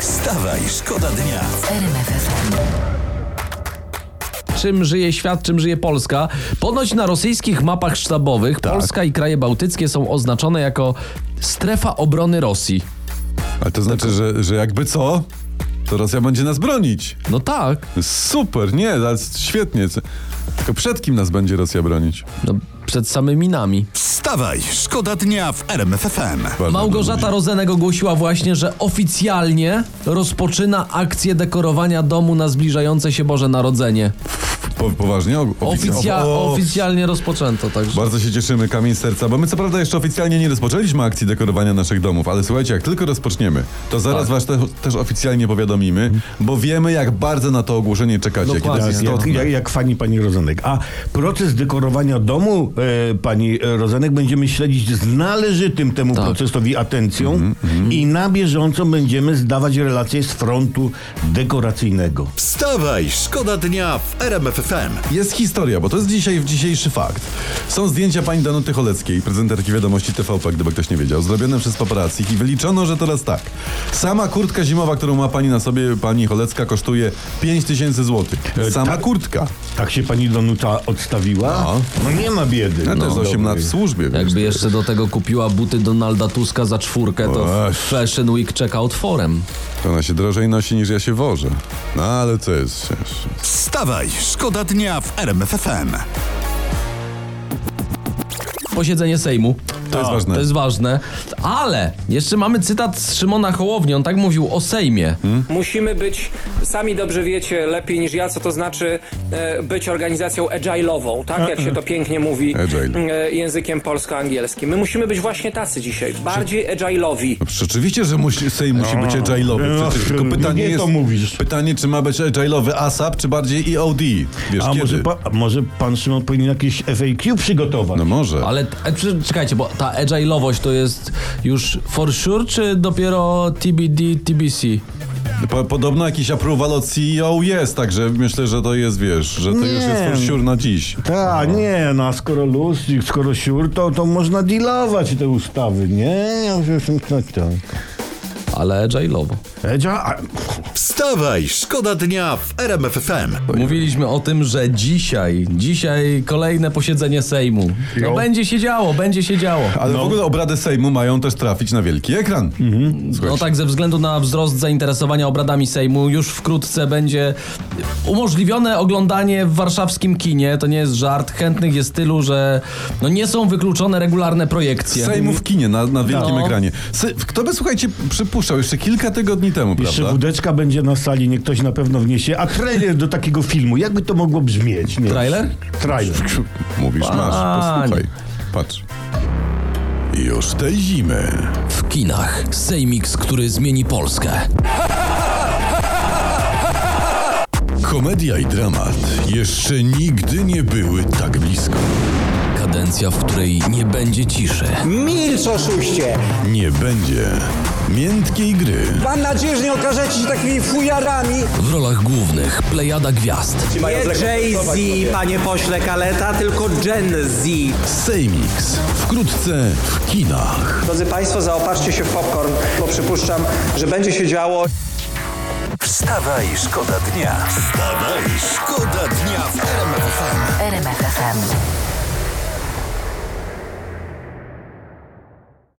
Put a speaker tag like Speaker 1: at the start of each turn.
Speaker 1: Wstawaj, szkoda dnia.
Speaker 2: czym żyje świat, czym żyje Polska. Ponoć na rosyjskich mapach sztabowych
Speaker 3: Tak.
Speaker 2: Polska i kraje bałtyckie są oznaczone jako strefa obrony Rosji.
Speaker 3: Ale to znaczy, że, że jakby co, to Rosja będzie nas bronić.
Speaker 2: No tak,
Speaker 3: Super, nie, ale świetnie. Tylko przed kim nas będzie Rosja bronić?
Speaker 2: no, przed samymi nami.
Speaker 1: Wstawaj, szkoda dnia w RMFFM.
Speaker 3: Bardzo
Speaker 2: Małgorzata Rozenek ogłosiła właśnie, że oficjalnie rozpoczyna akcję dekorowania domu na zbliżające się Boże Narodzenie.
Speaker 3: dobrze. Po, poważnie? O,
Speaker 2: Oficja,
Speaker 3: o, o.
Speaker 2: oficjalnie rozpoczęto, także.
Speaker 3: Bardzo się cieszymy, kamień z serca, bo my co prawda jeszcze oficjalnie nie rozpoczęliśmy akcji dekorowania naszych domów, ale słuchajcie, jak tylko rozpoczniemy, to zaraz
Speaker 2: Tak.
Speaker 3: was te, też oficjalnie powiadomimy, bo wiemy, jak bardzo na to ogłoszenie czekacie, kiedy
Speaker 2: Dokładnie.
Speaker 3: jest
Speaker 4: Jak,
Speaker 3: istotne.
Speaker 4: jak, jak fani pani Rozenek. A proces dekorowania domu e, pani e, Rozenek będziemy śledzić z należytym temu
Speaker 2: Tak.
Speaker 4: procesowi atencją i na bieżąco będziemy zdawać relacje z frontu dekoracyjnego.
Speaker 1: Wstawaj, szkoda dnia w RMFFM.
Speaker 3: Jest historia, bo to jest dzisiaj dzisiejszy fakt. Są zdjęcia pani Danuty Choleckiej, prezenterki wiadomości TVP, gdyby ktoś nie wiedział, zrobione przez paparazzi i wyliczono, że teraz tak. Sama kurtka zimowa, którą ma pani na sobie, pani Cholecka, kosztuje 5000 złotych.
Speaker 4: E,
Speaker 3: Sama kurtka.
Speaker 4: Tak się pani Donuta odstawiła?
Speaker 3: No.
Speaker 4: No, nie ma biedy. No
Speaker 3: Ja też 8 lat
Speaker 4: dobry.
Speaker 3: w służbie.
Speaker 4: Tak.
Speaker 3: wiesz.
Speaker 2: Jakby jeszcze do tego kupiła buty Donalda Tuska za czwórkę, to
Speaker 3: Właśnie.
Speaker 2: Fashion Week czeka otworem.
Speaker 3: To ona się drożej nosi niż ja się wożę. No ale co jest? wiesz.
Speaker 1: Wstawaj, szkoda dnia w RMFFM.
Speaker 2: Posiedzenie Sejmu.
Speaker 3: To jest ważne.
Speaker 2: To jest ważne. Ale jeszcze mamy cytat z Szymona Hołowni. On tak mówił o Sejmie.
Speaker 3: Hmm?
Speaker 5: Musimy być, sami dobrze wiecie lepiej niż ja, co to znaczy e, być organizacją agile'ową, tak? Jak się to pięknie mówi
Speaker 3: Agile.
Speaker 5: e, językiem polsko-angielskim. My musimy być właśnie tacy dzisiaj, bardziej agile'owi.
Speaker 3: Rzeczywiście, że musi, Sejm musi być agile'owy.
Speaker 4: No,
Speaker 3: Przecież, tylko pytanie
Speaker 4: nie
Speaker 3: jest...
Speaker 4: to mówisz.
Speaker 3: Pytanie, czy ma być agile'owy ASAP, czy bardziej EOD? Wiesz,
Speaker 4: A
Speaker 3: kiedy?
Speaker 4: może, pa, a może pan Szymon powinien jakieś FAQ przygotować?
Speaker 3: No może.
Speaker 2: Ale e, przy- czekajcie, bo ta agile'owość to jest już for sure, czy dopiero TBD, TBC?
Speaker 3: Po, podobno jakiś approval od CEO jest, także myślę, że to jest, wiesz, że to już
Speaker 4: Nie.
Speaker 3: jest for sure na dziś.
Speaker 4: Tak, nie, no a skoro luz, skoro siur, to, to można dealować te ustawy, nie? Ja już jestem tak, tak.
Speaker 2: Ale agile'owo.
Speaker 4: Edzia, a,
Speaker 1: Wstawaj, szkoda dnia w RMFFM.
Speaker 2: Mówiliśmy o tym, że dzisiaj, dzisiaj kolejne posiedzenie Sejmu. No
Speaker 4: Jo.
Speaker 2: będzie się działo, będzie się działo.
Speaker 3: Ale w ogóle obrady Sejmu mają też trafić na wielki ekran.
Speaker 2: No tak, ze względu na wzrost zainteresowania obradami Sejmu, już wkrótce będzie umożliwione oglądanie w warszawskim kinie. To nie jest żart. Chętnych jest tylu, że no nie są wykluczone regularne projekcje.
Speaker 3: Sejmu w kinie, na, na wielkim
Speaker 2: No.
Speaker 3: ekranie. Se, kto by, słuchajcie, przypuszczał jeszcze kilka tygodni temu,
Speaker 4: jeszcze
Speaker 3: prawda?
Speaker 4: wódeczka będzie na sali, nie ktoś na pewno wniesie, a trailer do takiego filmu, jakby to mogło brzmieć? Nie?
Speaker 2: Trailer?
Speaker 4: Trailer.
Speaker 3: Mówisz, masz,
Speaker 2: Panie.
Speaker 3: posłuchaj. Patrz.
Speaker 1: Już tej zimy.
Speaker 2: W kinach Sejmix, który zmieni Polskę.
Speaker 1: Komedia i dramat jeszcze nigdy nie były tak blisko.
Speaker 2: Kadencja, w której nie będzie ciszy.
Speaker 6: Milcz oszuście!
Speaker 1: Nie będzie miętkiej gry.
Speaker 6: Mam nadzieję, że nie okażecie się takimi fujarami.
Speaker 2: W rolach głównych plejada gwiazd.
Speaker 6: Nie Jay-Z, panie pośle Kaleta, tylko Gen Z.
Speaker 1: Sejmix. Wkrótce w kinach.
Speaker 6: Drodzy państwo, zaopatrzcie się w popcorn, bo przypuszczam, że będzie się działo.
Speaker 1: Wstawaj, szkoda dnia. Wstawaj, szkoda dnia w RMFFM.
Speaker 7: RMFFM.